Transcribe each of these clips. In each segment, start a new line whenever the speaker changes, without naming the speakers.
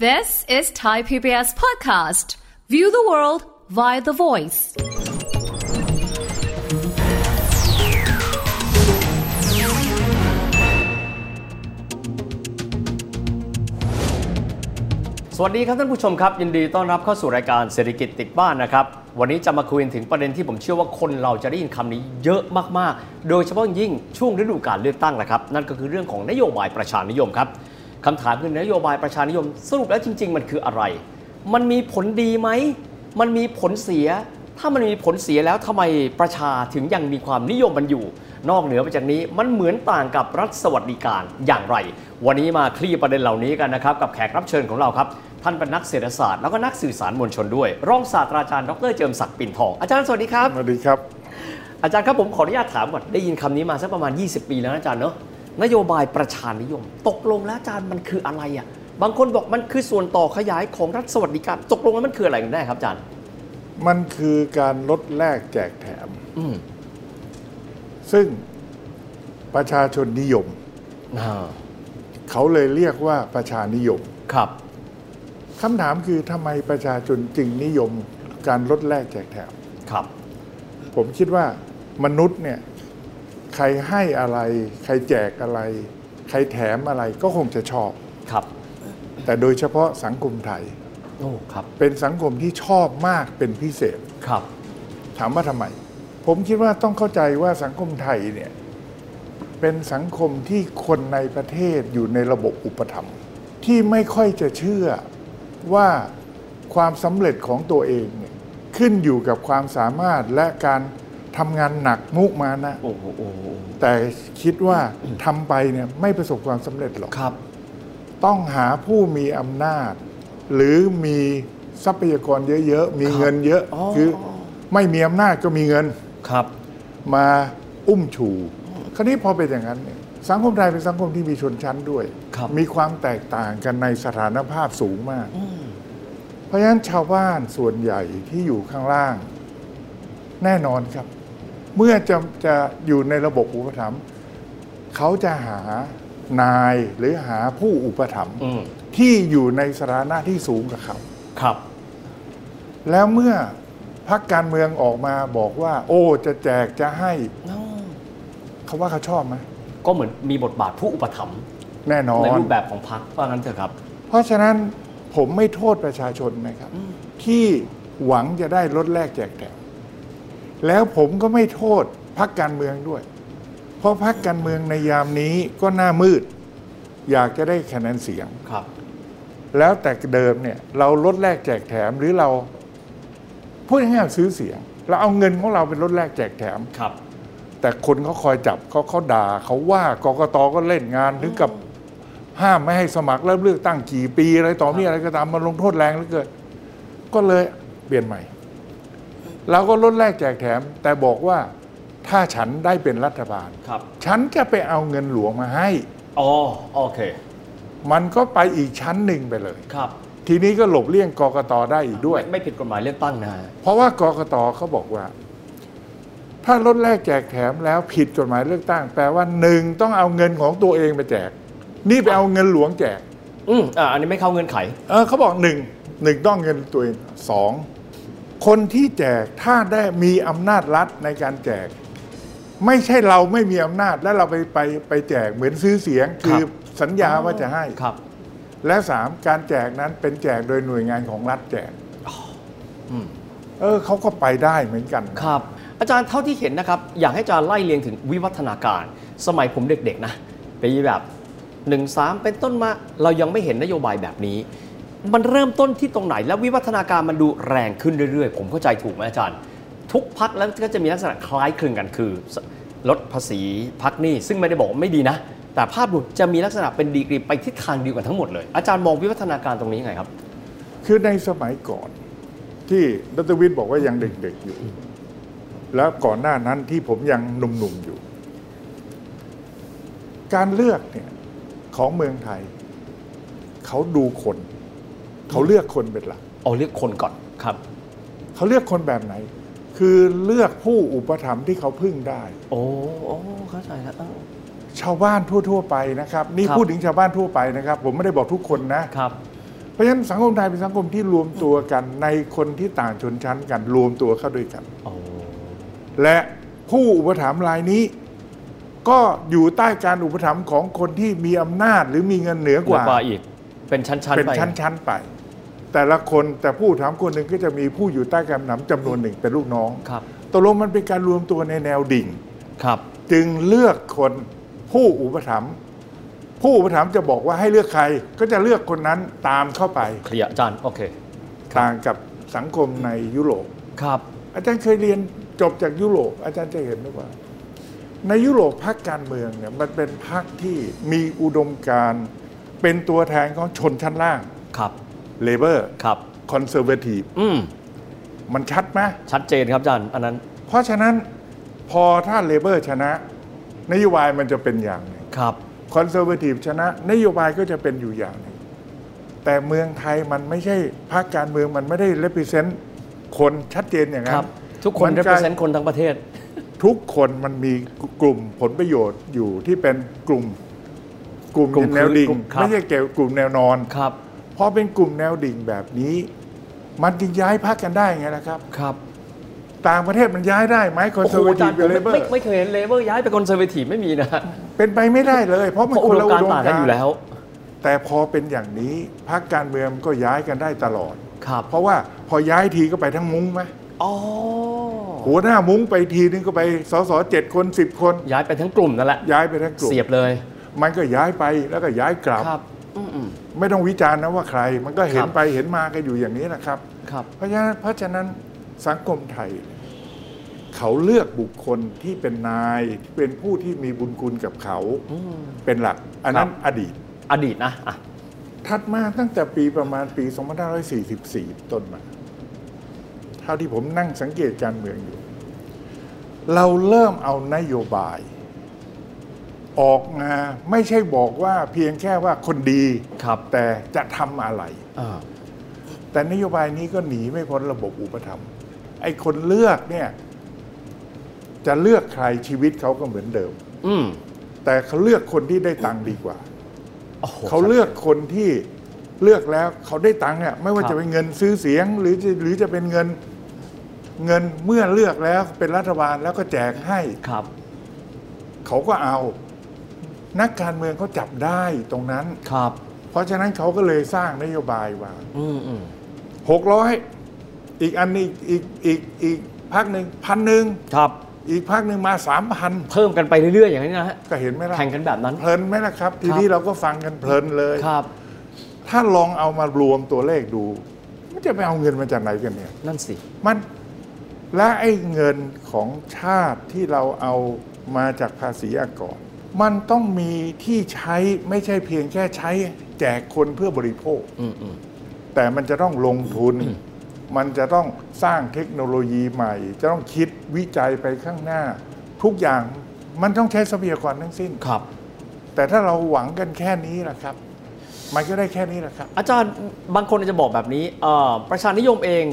This is Thai PBS Podcast. View the world via the voice.
สวัสดีครับท่านผู้ชมครับ ยินดีต้อนรับเข้าสู่รายการเศรษฐกิจติดบ้านนะครับ วันนี้จะมาคุยถึงประเด็นที่ผมเชื่อว่าคนเราจะได้ยินคำนี้เยอะมากๆ โดยเฉพาะยิ่งช่วงฤดูการเลือกตั้งนะครับ นั่นก็คือเรื่องของนโยบายประชานิยมครับคำถามคือนโยบายประชานิยม สรุปแล้วจริง ๆ มันคืออะไร มันมีผลดีไหม มันมีผลเสีย ถ้ามันมีผลเสียแล้วทำไมประชาถึงยังมีความนิยมมันอยู่ นอกเหนือไปจากนี้มันเหมือนต่างกับรัฐสวัสดิการอย่างไร วันนี้มาคลี่ประเด็นเหล่านี้กันนะครับ กับแขกรับเชิญของเราครับ ท่านเป็นนักเศรษฐศาสตร์แล้วก็นักสื่อสารมวลชนด้วย รองศาสตราจารย์ดรเจิมศักดิ์ปิ่นทอง อาจารย์สวัสดีครับ
สวัสดีครับ
อาจารย์ครับผมขออนุญาตถามก่อนได้ยินคำนี้มาสักประมาณ 20 ปีแล้วนะอาจารย์เนาะนโยบายประชานิยม ตกลงแล้วอาจารย์มันคืออะไรอะ่ะบางคนบอกมันคือส่วนต่อขยายของรัฐสวัสดิการตกลงแล้วมันคืออะไรกันแน่ครับอาจารย์
มันคือการลดแลกแจกแถม
อืม
ซึ่งประชาชนนิยม
อ่า
เขาเลยเรียกว่าประชานิยม
ครับ
คำถามคือทำไมประชาชนจึงนิยมการลดแลกแจกแถม
ครับ
ผมคิดว่ามนุษย์เนี่ยใครให้อะไร ใครแจกอะไร ใครแถมอะไรก็คงจะชอบ
ครับ
แต่โดยเฉพาะสังคมไทย
โอ้ ครับ
เป็นสังคมที่ชอบมากเป็นพิเศษ
ครับ
ถามว่าทำไม ผมคิดว่าต้องเข้าใจว่าสังคมไทยเนี่ย เป็นสังคมที่คนในประเทศอยู่ในระบบอุปถัมภ์ที่ไม่ค่อยจะเชื่อว่าความสำเร็จของตัวเองเนี่ยขึ้นอยู่กับความสามารถและการทำงานหนักมุมานะ
โอ้โหโอ้โห
แต่คิดว่าทำไปเนี่ยไม่ประสบความสำเร็จหรอก
ครับ
ต้องหาผู้มีอำนาจ หรือมีทรัพยากรเยอะๆ มีเงินเยอะ
อ๋อ
คือไม่มีอำนาจก็มีเงิน
ครับ
มาอุ้มชู คราวนี้พอเป็นอย่างนั้นเนี่ยสังคมไทยเป็นสังคมที่มีชนชั้นด้วย
ครับ
มีความแตกต่างกันในสถานภาพสูงมาก เพราะฉะนั้นชาวบ้านส่วนใหญ่ที่อยู่ข้างล่าง แน่นอนครับ เมื่อจะจะอยู่ในระบบอุปถัมภ์เขาจะหานายหรือหาผู้อุปถัมภ์
อืม
ที่อยู่ในสถานะที่สูงกับเขา
ครับ
แล้วเมื่อพักการเมืองออกมาบอกว่า โอ้จะแจกจะให้เขาว่าเขาชอบไหม
ก็เหมือนมีบทบาทผู้อุปถัมภ์
แน่นอ
ใน
น
รูปแบบของพรรคว่างั้นเถอะครับ
เพราะฉะนั้นผมไม่โทษประชาชนนะครับ ที่หวังจะได้ลดแลกแจกแถมแล้วผมก็ไม่โทษพักการเมืองด้วย เพราะพักการเมืองในยามนี้ก็หน้ามืด อยากจะได้คะแนนเสียง
ครับ
แล้วแต่เดิมเนี่ย เราลดแลกแจกแถมหรือเราพูดง่ายๆซื้อเสียง เราเอาเงินของเราเป็นลดแลกแจกแถม
ครับ
แต่คนเขาคอยจับเขาเขาด่าเขาว่ากกตก็เล่นงานถึงกับห้ามไม่ให้สมัครเริ่มเลือกตั้งกี่ปีอะไรต่อมีอะไรก็ตามมันลงโทษแรงเหลือเกินก็เลยเปลี่ยนใหม่เราก็ลดแลกแจกแถม แต่บอกว่าถ้าฉันได้เป็นรัฐบาล
ครับ
ฉันจะไปเอาเงินหลวงมาให้
อ๋อ โอเค
มันก็ไปอีกชั้นหนึ่งไปเลย
ครับ
ทีนี้ก็หลบเลี่ยงกกตได้อีกด้วย
ไม่ไม่ผิดกฎหมายเลือกตั้งนะ
เพราะว่ากกตเขาบอกว่า ถ้าลดแลกแจกแถมแล้วผิดกฎหมายเลือกตั้ง แปลว่าหนึ่งต้องเอาเงินของตัวเองไปแจก นี่ไปเอาเงินหลวงแจก
อืมอ่า อันนี้ไม่เข้าเงื่อนไข
เออเขาบอกหนึ่งหนึ่งต้องเงินตัวเองสองคนที่แจกถ้าได้มีอำนาจรัฐในการแจก ไม่ใช่เราไม่มีอำนาจแล้วเราไปไปไปแจกเหมือนซื้อเสียง คือ
ครับ
สัญญาว่าจะให้
ครับ
และสามการแจกนั้นเป็นแจกโดยหน่วยงานของรัฐแจก
อืม
เออเขาก็ไปได้เหมือนกัน
ครับ อาจารย์เท่าที่เห็นนะครับ อยากให้อาจารย์ไล่เรียงถึงวิวัฒนาการ สมัยผมเด็กๆนะปีแบบ1นึเป็นต้นมาเรายังไม่เห็นนโยบายแบบนี้ มันเริ่มต้นที่ตรงไหน และวิวัฒนาการมันดูแรงขึ้นเรื่อยๆ ผมเข้าใจถูกไหมอาจารย์ ทุกพักแล้วก็จะมีลักษณะคล้ายคลึงกันคือ ลดภาษีพักหนี้ซึ่งไม่ได้บอกว่าไม่ดีนะ แต่ภาพรวมจะมีลักษณะเป็นดีกรีไปทิศทางเดียวกันทั้งหมดเลยอาจารย์มองวิวัฒนาการตรงนี้ยังไงครับ
คือในสมัยก่อนที่ดรวิทย์บอกว่ายังเด็กๆอยู่ แล้วก่อนหน้านั้นที่ผมยังหนุ่มๆอยู่ การเลือกเนี่ยของเมืองไทย เขาดูคน เขาเลือกคนเป็นหลัก
เอาเลือกคนก่อนครับ
เขาเลือกคนแบบไหน คือเลือกผู้อุปถัมภ์ที่เขาพึ่งได้
โอ้โอ้เข้าใจแล้ว
ชาวบ้านทั่ว ๆ ไปนะครับ นี่
ครับ
พูดถึงชาวบ้านทั่วไปนะครับ ผมไม่ได้บอกทุกคนนะ
ครับ
เพราะฉะนั้นสังคมไทยเป็นสังคมที่รวมตัวกัน ในคนที่ต่างชนชั้นกันรวมตัวเข้าด้วยกัน
โอ้
และผู้อุปถัมภ์รายนี้ ก็อยู่ใต้การอุปถัมภ์ของคนที่มีอำนาจหรือมีเงินเหนือก
ก
ว่า
ว่าอีก เป็นชั้น
เป็น
ๆไป
ชั้น ๆ ไป แต่ละคนแต่ผู้อุปถามภ์คนหนึ่งก็จะมีผู้อยู่ใต้การอุปถัมภ์จำนวนหนึ่งเป็นลูกน้อง
ครับ
ตกลงมันเป็นการรวมตัวในแนวดิ่ง
ครับ
จึงเลือกคนผู้อุปถัมภ์ผู้อุปถัมภ์จะบอกว่าให้เลือกใครก็จะเลือกคนนั้นตามเข้าไป
เคลียร์อาจารย์ โอเค
ต่างกับสังคมในยุโรป
ครับ
อาจารย์เคยเรียนจบจากยุโรป อาจารย์จะเห็นได้ว่า ในยุโรปพรรคการเมืองเนี่ยมันเป็นพรรคที่มีอุดมการณ์เป็นตัวแทนของชนชั้นล่าง
ครับ
เลเบอร์
ครับ
คอนเซอร์เวทีฟ
อืม
มันชัดไหม
ชัดเจนครับอาจารย์ อันนั้น
เพราะฉะนั้นพอถ้าเลเบอร์ชนะ นโยบายมันจะเป็นอย่างหนึ่ง
ครับ
คอนเซอร์เวทีฟชนะ นโยบายก็จะเป็นอยู่อย่างหนึ่งแต่เมืองไทยมันไม่ใช่พรรคการเมืองมันไม่ได้เลพิเซนต์คนชัดเจนอย่าง
ค
นั้
รับ
น
ทุกคน
มั
represent คนทั้งประเทศ
ทุกคนมันมีกลุ่มผลประโยชน์อยู่ที่เป็นกลุ่ม กลุ่ม
กลุ่ม
แนวดิ่ง
กลุ่มครับ
ไม่ใช่เกี่ยวกลุ่มแนวนอน
ครับ
พอเป็นกลุ่มแนวดิ่งแบบนี้ มันจึงย้ายพักกันได้ไงล่ะครับ
ครับ
ต่างประเทศมันย้ายได้ไหมคอน
โอ้
เซ
โห
อร์เว
อา
ที
จาร
ฟ
ย์ผม
เลเบอ
ไม่
ร์
ไม่เคยเห็นเลเบอร์ย้ายไปคอนเซอร์เวทีฟไม่มีนะ
เป็นไปไม่ได้เลย เพราะมั
เพ
น
ราะ
ค
อุ
น
ดมการณ์
ละอุดม
ต่าง
กา
กันอยู่
ร
แล้
ณ์
ว
แต่พอเป็นอย่างนี้พักการเมืองก็ย้ายกันได้ตลอด
ครับ
เพราะว่าพอย้ายทีก็ไปทั้งมุ้งไหม
อ๋อ
หัวหน้ามุ้งไปทีนึงก็ไปสสเจ็ดคนสิบคน
ย้ายไปทั้งกลุ่มนั่นแหละ
ย้ายไปทั้งกลุ่ม
เสียบเลย
มันก็ย้ายไปแล้วก็ย้ายกลับ
ครับ อืม
ไม่ต้องวิจารณ์นะว่าใคร มันก็เห็
คน รับ
ไปเห็นมากันอยู่อย่างนี้นะครับ
ๆครับ
เพราะฉะนั้นเพราะฉะนั้นสังคมไทย เขาเลือกบุคคลที่เป็นนายที่เป็นผู้ที่มีบุญคุณกับเขา
อืม
เป็นหลัก อันนั้นอดีต
อดีตนะอ่ะ
ถัดมาตั้งแต่ปีประมาณปี 2544 ต้นมา เท่าที่ผมนั่งสังเกตการเมืองอยู่ เราเริ่มเอานโยบาย ออกมาไม่ใช่บอกว่าเพียงแค่ว่าคนดี
ครับ
แต่จะทำอะไร
อ่า
แต่นโยบายนี้ก็หนีไม่พ้นระบบอุปถัมภ์ไอ้คนเลือกเนี่ยจะเลือกใครชีวิตเขาก็เหมือนเดิม
อืม
แต่เขาเลือกคนที่ได้ตังค์ดีกว่า
โอ้โห
เขาเลือกคนที่เลือกแล้วเขาได้ตังค์เนี่ยไม่ว่า
ครับ
จะเป็นเงินซื้อเสียง หรือจะหรือจะเป็นเงินเงินเมื่อเลือกแล้วเป็นรัฐบาลแล้วก็แจกให้
ครับ
เขาก็เอา นักการเมืองเขาจับได้ตรงนั้น
ครับ
เพราะฉะนั้นเขาก็เลยสร้างนโยบายว่า
อืมอืม
หกร้อยอีกอันนี้อีกอีกอีกพักหนึ่งพันหนึ่ง
ครับ
อีกพักหนึ่งมาสามพัน
เพิ่มกันไปเรื่อยๆ อย่างนี้นะฮะ
ก็เห็นไหมล่ะ
แข่งกันแบบนั้น
เพลินไหมล่ะครับ ทีนี้เราก็ฟังกันเพลินเลย
ครับ
ถ้าลองเอามารวมตัวเลขดู มันจะไปเอาเงินมาจากไหนกันเนี่ย
นั่นสิ
มันและไอ้เงินของชาติที่เราเอามาจากภาษีอากร มันต้องมีที่ใช้ไม่ใช่เพียงแค่ใช้แจกคนเพื่อบริโภค
อืมอืม
แต่มันจะต้องลงทุน มันจะต้องสร้างเทคโนโลยีใหม่ จะต้องคิดวิจัยไปข้างหน้า ทุกอย่างมันต้องใช้ทรัพยากรทั้งสิ้น
ครับ
แต่ถ้าเราหวังกันแค่นี้ล่ะครับ มันก็ได้แค่นี้แหละครับ
อาจารย์บางคนอาจจะบอกแบบนี้เอ่อประชานิยมเอง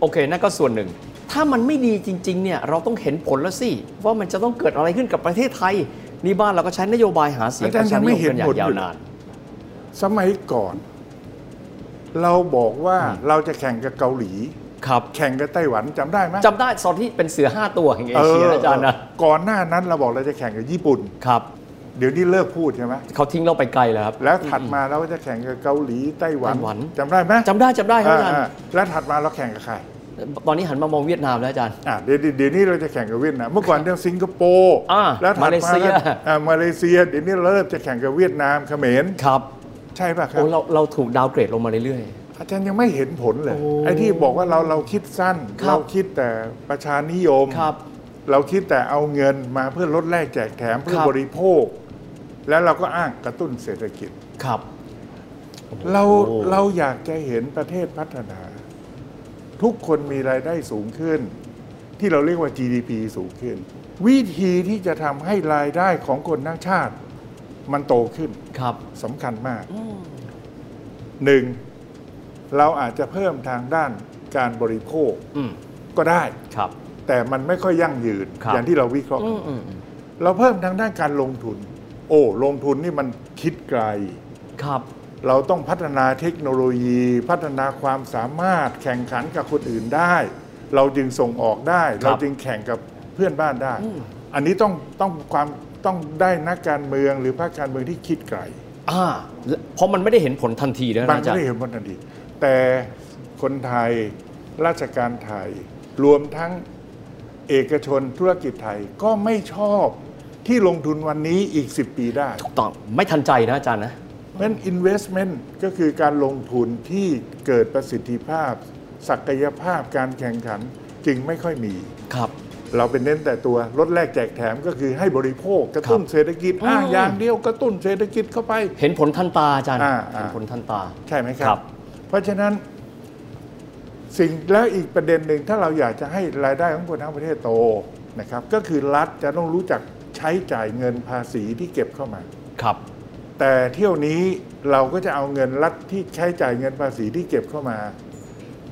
โอเคนั่นก็ส่วนหนึ่ง ถ้ามันไม่ดีจริง ๆ เนี่ย เราต้องเห็นผลแล้วสิ ว่ามันจะต้องเกิดอะไรขึ้นกับประเทศไทย นี่บ้านเราก็ใช้นโยบายหาเสียงป
อาจารย์
ระชานิยมกันอ
ยังไม่เห็น
ย่าง
ผลอยู่
ยาวนาน
สมัยก่อน เราบอกว่าเราจะแข่งกับเกาหลี
ครับ
แข่งกับไต้หวันจำได้ไหม
จำได้ตอนที่เป็นเสือห้าตัวแห่งเอเชียนะอาจารย์นะ
ก่อนหน้านั้นเราบอกเราจะแข่งกับญี่ปุ่น
ครับ
เดี๋ยวนี้เลิกพูดใช่ไหม
เขาทิ้งเราไปไกลแล้วครับ
แล้วถัดมาเราก็จะแข่งกับเกาหลีไต้หวัน
ไต้หวัน
จำได้ไหม
จำได้จำได้ครับอาจารย์
อ่าๆแล้วถัดมาเราแข่งกับใคร
ตอนนี้หันมามองเวียดนามแล้วอาจารย์
อ่ะเดี๋ยวเดี๋ยวนี้เราจะแข่งกับเวียดนามเมื่อก่อนเรียกสิงคโปร์
อ่า
แล้วถัด
มาเลเซีย
ก็อ่ามาเลเซีย เดี๋ยวนี้เราเริ่มจะแข่งกับเวียดนามเขมร
ครับ
ใช่ป่ะครั
โอ้
บ
เราเราถูกดาวเกรดลงมาเรื่อย
อาจารย์ยังไม่เห็นผลเลย
โอ้
ไอ้ที่บอกว่าเราเราคิดสั้น
ครับ
เราคิดแต่ประชานิยม
ๆ ครับ
เราคิดแต่เอาเงินมาเพื่อลดแลกแจกแถมเพื่อ
ครับ
บริโภค แล้วเราก็อ้างกระตุ้นเศรษฐกิจ
ครับ
เรา
โอ้
เราอยากจะเห็นประเทศพัฒนา ทุกคนมีรายได้สูงขึ้น ที่เราเรียกว่า GDP สูงขึ้น วิธีที่จะทำให้รายได้ของคนทั้งชาติ มันโตขึ้น
ครับ
สำคัญมากหนึ่งเราอาจจะเพิ่มทางด้านการบริโภค
อืม
ก็ได้
ครับ
แต่มันไม่ค่อยยั่งยืน
ครับ
อย่างที่เราวิเคราะห์
อื
กัน
มอืมอืม
เราเพิ่มทางด้านการลงทุน โอ้ ลงทุนนี่มันคิดไกล
ครับ
เราต้องพัฒนาเทคโนโลยี พัฒนาความสามารถแข่งขันกับคนอื่นได้ เราจึงส่งออกได้ เราจึงแข่งกับเพื่อนบ้านได้ อันนี้ต้องต้องความต้องได้นักการเมืองหรือภาคการเมืองที่คิดไกล
อ่าและเพราะมันไม่ได้เห็นผลทันทีนะอา
มันไม่
จาร
ได้
ย์
เห็นผลทันทีแต่คนไทยราชการไทย รวมทั้งเอกชนธุรกิจไทยก็ไม่ชอบที่ลงทุนวันนี้อีก 10 ปีได้
ถูกต้องไม่ทันใจนะอาจารย์นะ
เพราะฉะนั้น investment ก็คือการลงทุนที่เกิดประสิทธิภาพ ศักยภาพการแข่งขันจึงไม่ค่อยมี
ครับ
เราเป็นเน้นแต่ตัวลดแลกแจกแถมก็คือให้บริโภคกระตุ้น
ครับ
เศรษฐกิจอ้าง
อืม
อย่างเดียวกระตุ้นเศรษฐกิจเข้าไป
เห็นผลทันตาอาจารย์
อ่าอ่า
เห็นผลทันตา
ใช่ไหมค
ครั
รับ
บ
เพราะฉะนั้นสิ่งแล้วอีกประเด็นหนึ่งถ้าเราอยากจะให้รายได้ของคนทั้งประเทศโตนะครับ ก็คือรัฐจะต้องรู้จักใช้จ่ายเงินภาษีที่เก็บเข้ามา
ครับ
แต่เที่ยวนี้เราก็จะเอาเงินรัฐที่ใช้จ่ายเงินภาษีที่เก็บเข้ามา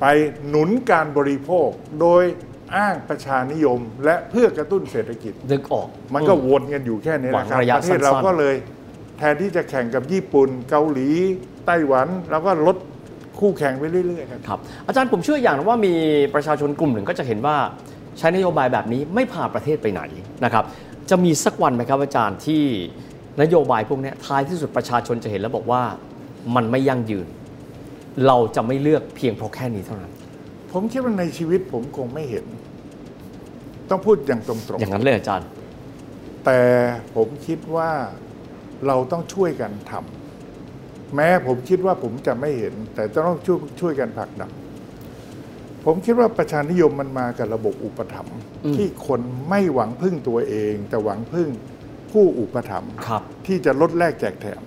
ไปหนุนการบริโภคโดยอ้างประชานิยม และเพื่อกระตุ้นเศรษฐกิจ
ดึกออก
มันก็วนกันอยู่แค่นี้
หวัง
นะครับ
ระยะ
ประเทศเรา
สั้นๆ
ก็เลย แทนที่จะแข่งกับญี่ปุ่น เกาหลี ไต้หวันเราก็ลดคู่แข่งไปเรื่อยๆครับ
ครับ อาจารย์ผมเชื่ออย่างนะว่ามีประชาชนกลุ่มหนึ่งก็จะเห็นว่าใช้นโยบายแบบนี้ไม่พาประเทศไปไหนนะครับ จะมีสักวันไหมครับอาจารย์ที่นโยบายพวกเนี้ยท้ายที่สุดประชาชนจะเห็นแล้วบอกว่ามันไม่ยั่งยืน เราจะไม่เลือกเพียงเพราะแค่นี้เท่านั้น
ผมคิดว่าในชีวิตผมคงไม่เห็น ต้องพูดอย่างตรง
อย่างนั้นเลยอาจารย์
ๆ แต่ผมคิดว่าเราต้องช่วยกันทำแม้ผมคิดว่าผมจะไม่เห็น แต่ต้องช่วยช่วยกันผลักดันผมคิดว่าประชานิยมมันมากับระบบอุปถัมภ์
อืม
ที่คนไม่หวังพึ่งตัวเอง แต่หวังพึ่งผู้อุปถัมภ์
ครับ
ที่จะลดแลกแจกแถม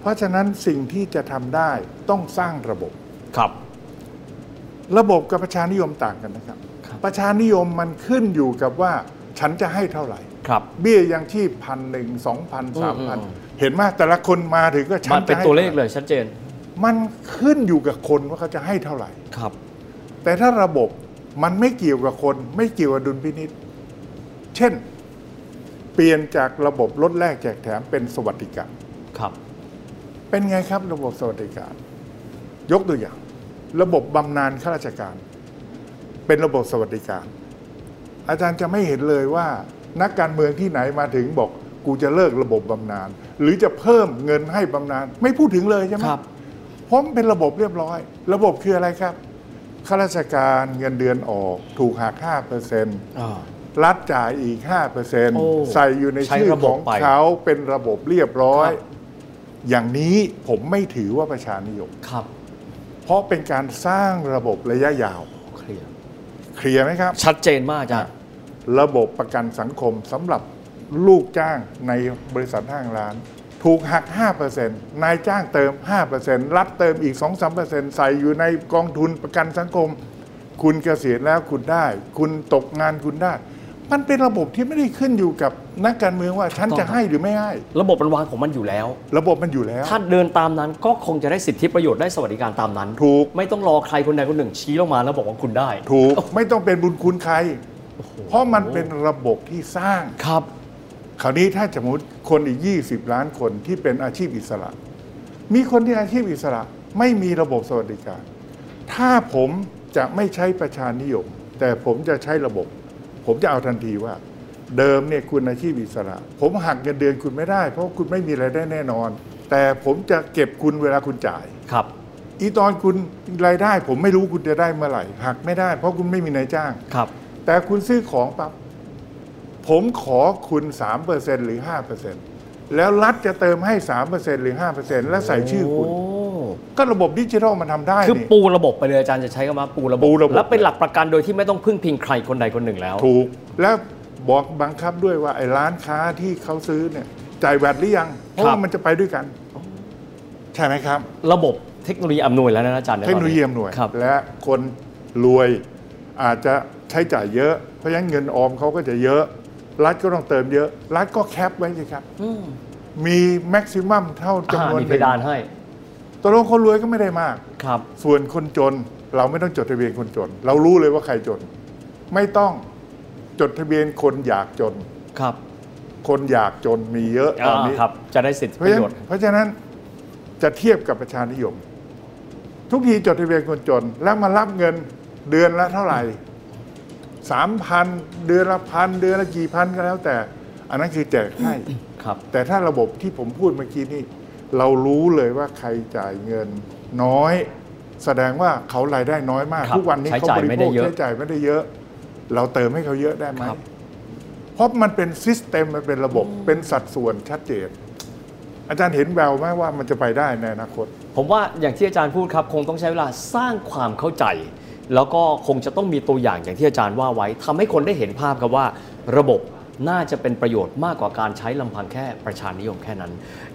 เพราะฉะนั้นสิ่งที่จะทำได้ต้องสร้างระบบ
ครับ
ระบบกับประชานิยมต่างกันนะครับ
ครับ
ประชานิยมมันขึ้นอยู่กับว่าฉันจะให้เท่าไหร่
ครับ
เบี้ยยังชีพพันหนึ่งสองพันสามพัน
อืม
เห็นไหมแต่ละคนมาถึงก็ฉั
มัน น
จะ
เป็น
ให้
ตัวเลข
ท่าไหร่
เลยชัดเจน
มันขึ้นอยู่กับคนว่าเขาจะให้เท่าไหร่
ครับ
แต่ถ้าระบบมันไม่เกี่ยวกับคน ไม่เกี่ยวกับดุลพินิษเช่น เปลี่ยนจากระบบลดแลกแจกแถมเป็นสวัสดิการ
ครับ
เป็นไงครับระบบสวัสดิการ ยกตัวอย่าง ระบบบำนาญข้าราชการ เป็นระบบสวัสดิการ อาจารย์จะไม่เห็นเลยว่า นักการเมืองที่ไหนมาถึงบอก กูจะเลิกระบบบำนาญหรือจะเพิ่มเงินให้บำนาญไม่พูดถึงเลยใช่ไหม
ครับ
เพราะมันเป็นระบบเรียบร้อย ระบบคืออะไรครับข้าราชการเงินเดือนออก ถูกหัก5%เปอร์เซ็นต์
อ่า
รัฐจ่ายอีก
โอ้
5%ใส่อยู่ใน
ใช้
ชื่อ
ระบบ
ของ
ไป
เขาเป็นระบบเรียบร้อย
ครับ
อย่างนี้ผมไม่ถือว่าประชานิยม
ครับ
เพราะเป็นการสร้างระบบระยะยาว
เคลียร์
เคลียร์ไหมครับ
ชัดเจนมากอาจารย์
ระบบประกันสังคมสำหรับลูกจ้างในบริษัทห้างร้าน ถูกหัก 5%นายจ้างเติม 5%รัฐเติมอีก 2-3%ใส่อยู่ในกองทุนประกันสังคม คุณเกษียณแล้วคุณได้ คุณตกงานคุณได้ มันเป็นระบบที่ไม่ได้ขึ้นอยู่กับนักการเมืองว่าฉันจะให้หรือไม่ให้
ระบบมันวางของมันอยู่แล้ว
ระบบมันอยู่แล้ว
ถ้าเดินตามนั้นก็คงจะได้สิทธิประโยชน์ได้สวัสดิการตามนั้น
ถูก
ไม่ต้องรอใครคนใดคนหนึ่งชี้ลงมาแล้วบอกว่าคุณได้
ถูกไม่ต้องเป็นบุญคุณใคร เพราะมันเป็นระบบที่สร้าง
ครับ
คราวนี้ถ้าสมมติคนอีก 20 ล้านคนที่เป็นอาชีพอิสระ มีคนที่อาชีพอิสระ ไม่มีระบบสวัสดิการ ถ้าผมจะไม่ใช้ประชานิยม แต่ผมจะใช้ระบบ ผมจะเอาทันทีว่า เดิมเนี่ยคุณอาชีพอิสระ ผมหักเงินเดือนคุณไม่ได้ เพราะคุณไม่มีรายได้แน่นอน แต่ผมจะเก็บคุณเวลาคุณจ่าย
ครับ
อีตอนคุณรายได้ ผมไม่รู้คุณจะได้เมื่อไหร่หักไม่ได้ เพราะคุณไม่มีนายจ้าง
ครับ
แต่คุณซื้อของปั๊บผมขอคุณ 3%หรือ 5%แล้วรัฐจะเติมให้ 3%หรือ 5%และใส่ชื่อคุณ
โอ้
ก็ระบบดิจิทัลมันทำได้
คือ
นี่
ปูระบบไปเลยอาจารย์จะใช้คำว่าปูระบบ
ปูระบบ
และเป็นหลักประกันโดยที่ไม่ต้องพึ่งพิงใครคนใดคนหนึ่งแล้ว
ถูก แล้วบอกบังคับด้วยว่าไอ้ร้านค้าที่เขาซื้อเนี่ยจ่ายแวดหรือยัง เพราะ
ครั
ว่า
บ
มันจะไปด้วยกัน ใช่ไหมครับ
ระบบเทคโนโลยีอำนวยแล้วนะอาจารย์ใ
เทคโนโลยีอำนวย
ครับ
และคนรวยอาจจะใช้จ่ายเยอะ เพราะฉะนั้นเงินออมเขาก็จะเยอะ รัฐก็ต้องเติมเยอะ รัฐก็แคปไว้สิครับ มีแม็กซิมัมเท่า
อ่า
จำนวน
มี
ห
เพ
นึ่ง
ดานให้
ตัวลงคนรวยก็ไม่ได้มาก
ครับ
ส่วนคนจนเราไม่ต้องจดทะเบียนคนจน เรารู้เลยว่าใครจน ไม่ต้องจดทะเบียนคนอยากจน
ครับ
คนอยากจนมีเยอะตอนนี้
อ่าครับ จะได้สิทธิ
เพ
ป
ราะ
ระ
ฉะ
โยช
นั้น
น์
เพราะฉะนั้น จะเทียบกับประชานิยม ทุกทีจดทะเบียนคนจน แล้วมารับเงินเดือนละเท่าไหร่สามพันเดือนละพันเดือนละกี่พันก็แล้วแต่ อันนั้นคือแจกให้
ครับ
แต่ถ้าระบบที่ผมพูดเมื่อกี้นี่ เรารู้เลยว่าใครจ่ายเงินน้อย แสดงว่าเขารายได้น้อยมา
ค
ก
รับ
ทุกวันนี้
ใช้
เขา
จ่าย
บริ
ไม่
โภ
ได้
ค
เยอะ
ใช้จ่ายไม่ได้เยอะ เราเติมให้เขาเยอะได้ไหม
ครับ
เพราะมันเป็นซิสเต็มมันเป็นระบบเป็นสัดส่วนชัดเจน อาจารย์เห็นแววไหมว่ามันจะไปได้ในอนาคต
ผมว่าอย่างที่อาจารย์พูดครับ คงต้องใช้เวลาสร้างความเข้าใจ แล้วก็คงจะต้องมีตัวอย่างอย่างที่อาจารย์ว่าไว้ทำให้คนได้เห็นภาพครับว่า ระบบน่าจะเป็นประโยชน์มากกว่าการใช้ลำพังแค่ประชานิยมแค่นั้น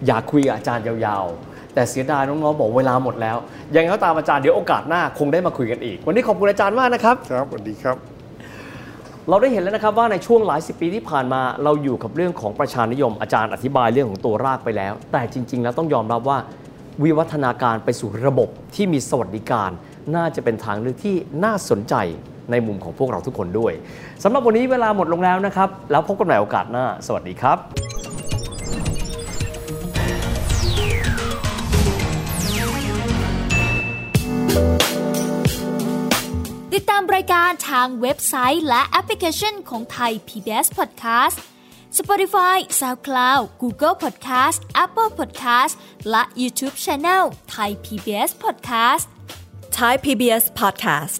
อยากคุยกับอาจารย์ยาวๆ แต่เสียดายน้องๆบอกเวลาหมดแล้วยังไงก็ตามอาจารย์เดี๋ยวโอกาสหน้าคงได้มาคุยกันอีก วันนี้ขอบคุณอาจารย์มากนะครับ
ครับสวัสดีครับ
เราได้เห็นแล้วนะครับว่าในช่วงหลายสิบปีที่ผ่านมาเราอยู่กับเรื่องของประชานิยม อาจารย์อธิบายเรื่องของตัวรากไปแล้ว แต่จริง ๆ แล้วต้องยอมรับว่า วิวัฒนาการไปสู่ระบบที่มีสวัสดิการ น่าจะเป็นทางเลือกที่น่าสนใจในมุมของพวกเราทุกคนด้วยสำหรับวันนี้เวลาหมดลงแล้วนะครับ แล้วพบกันใหม่โอกาสหน้า สวัสดีครับ
ติดตามรายการทางเว็บไซต์และแอปพลิเคชันของไทย PBS Podcast Spotify SoundCloud Google Podcast Apple Podcast และ YouTube Channel ไทย PBS Podcast
Thai PBS podcast.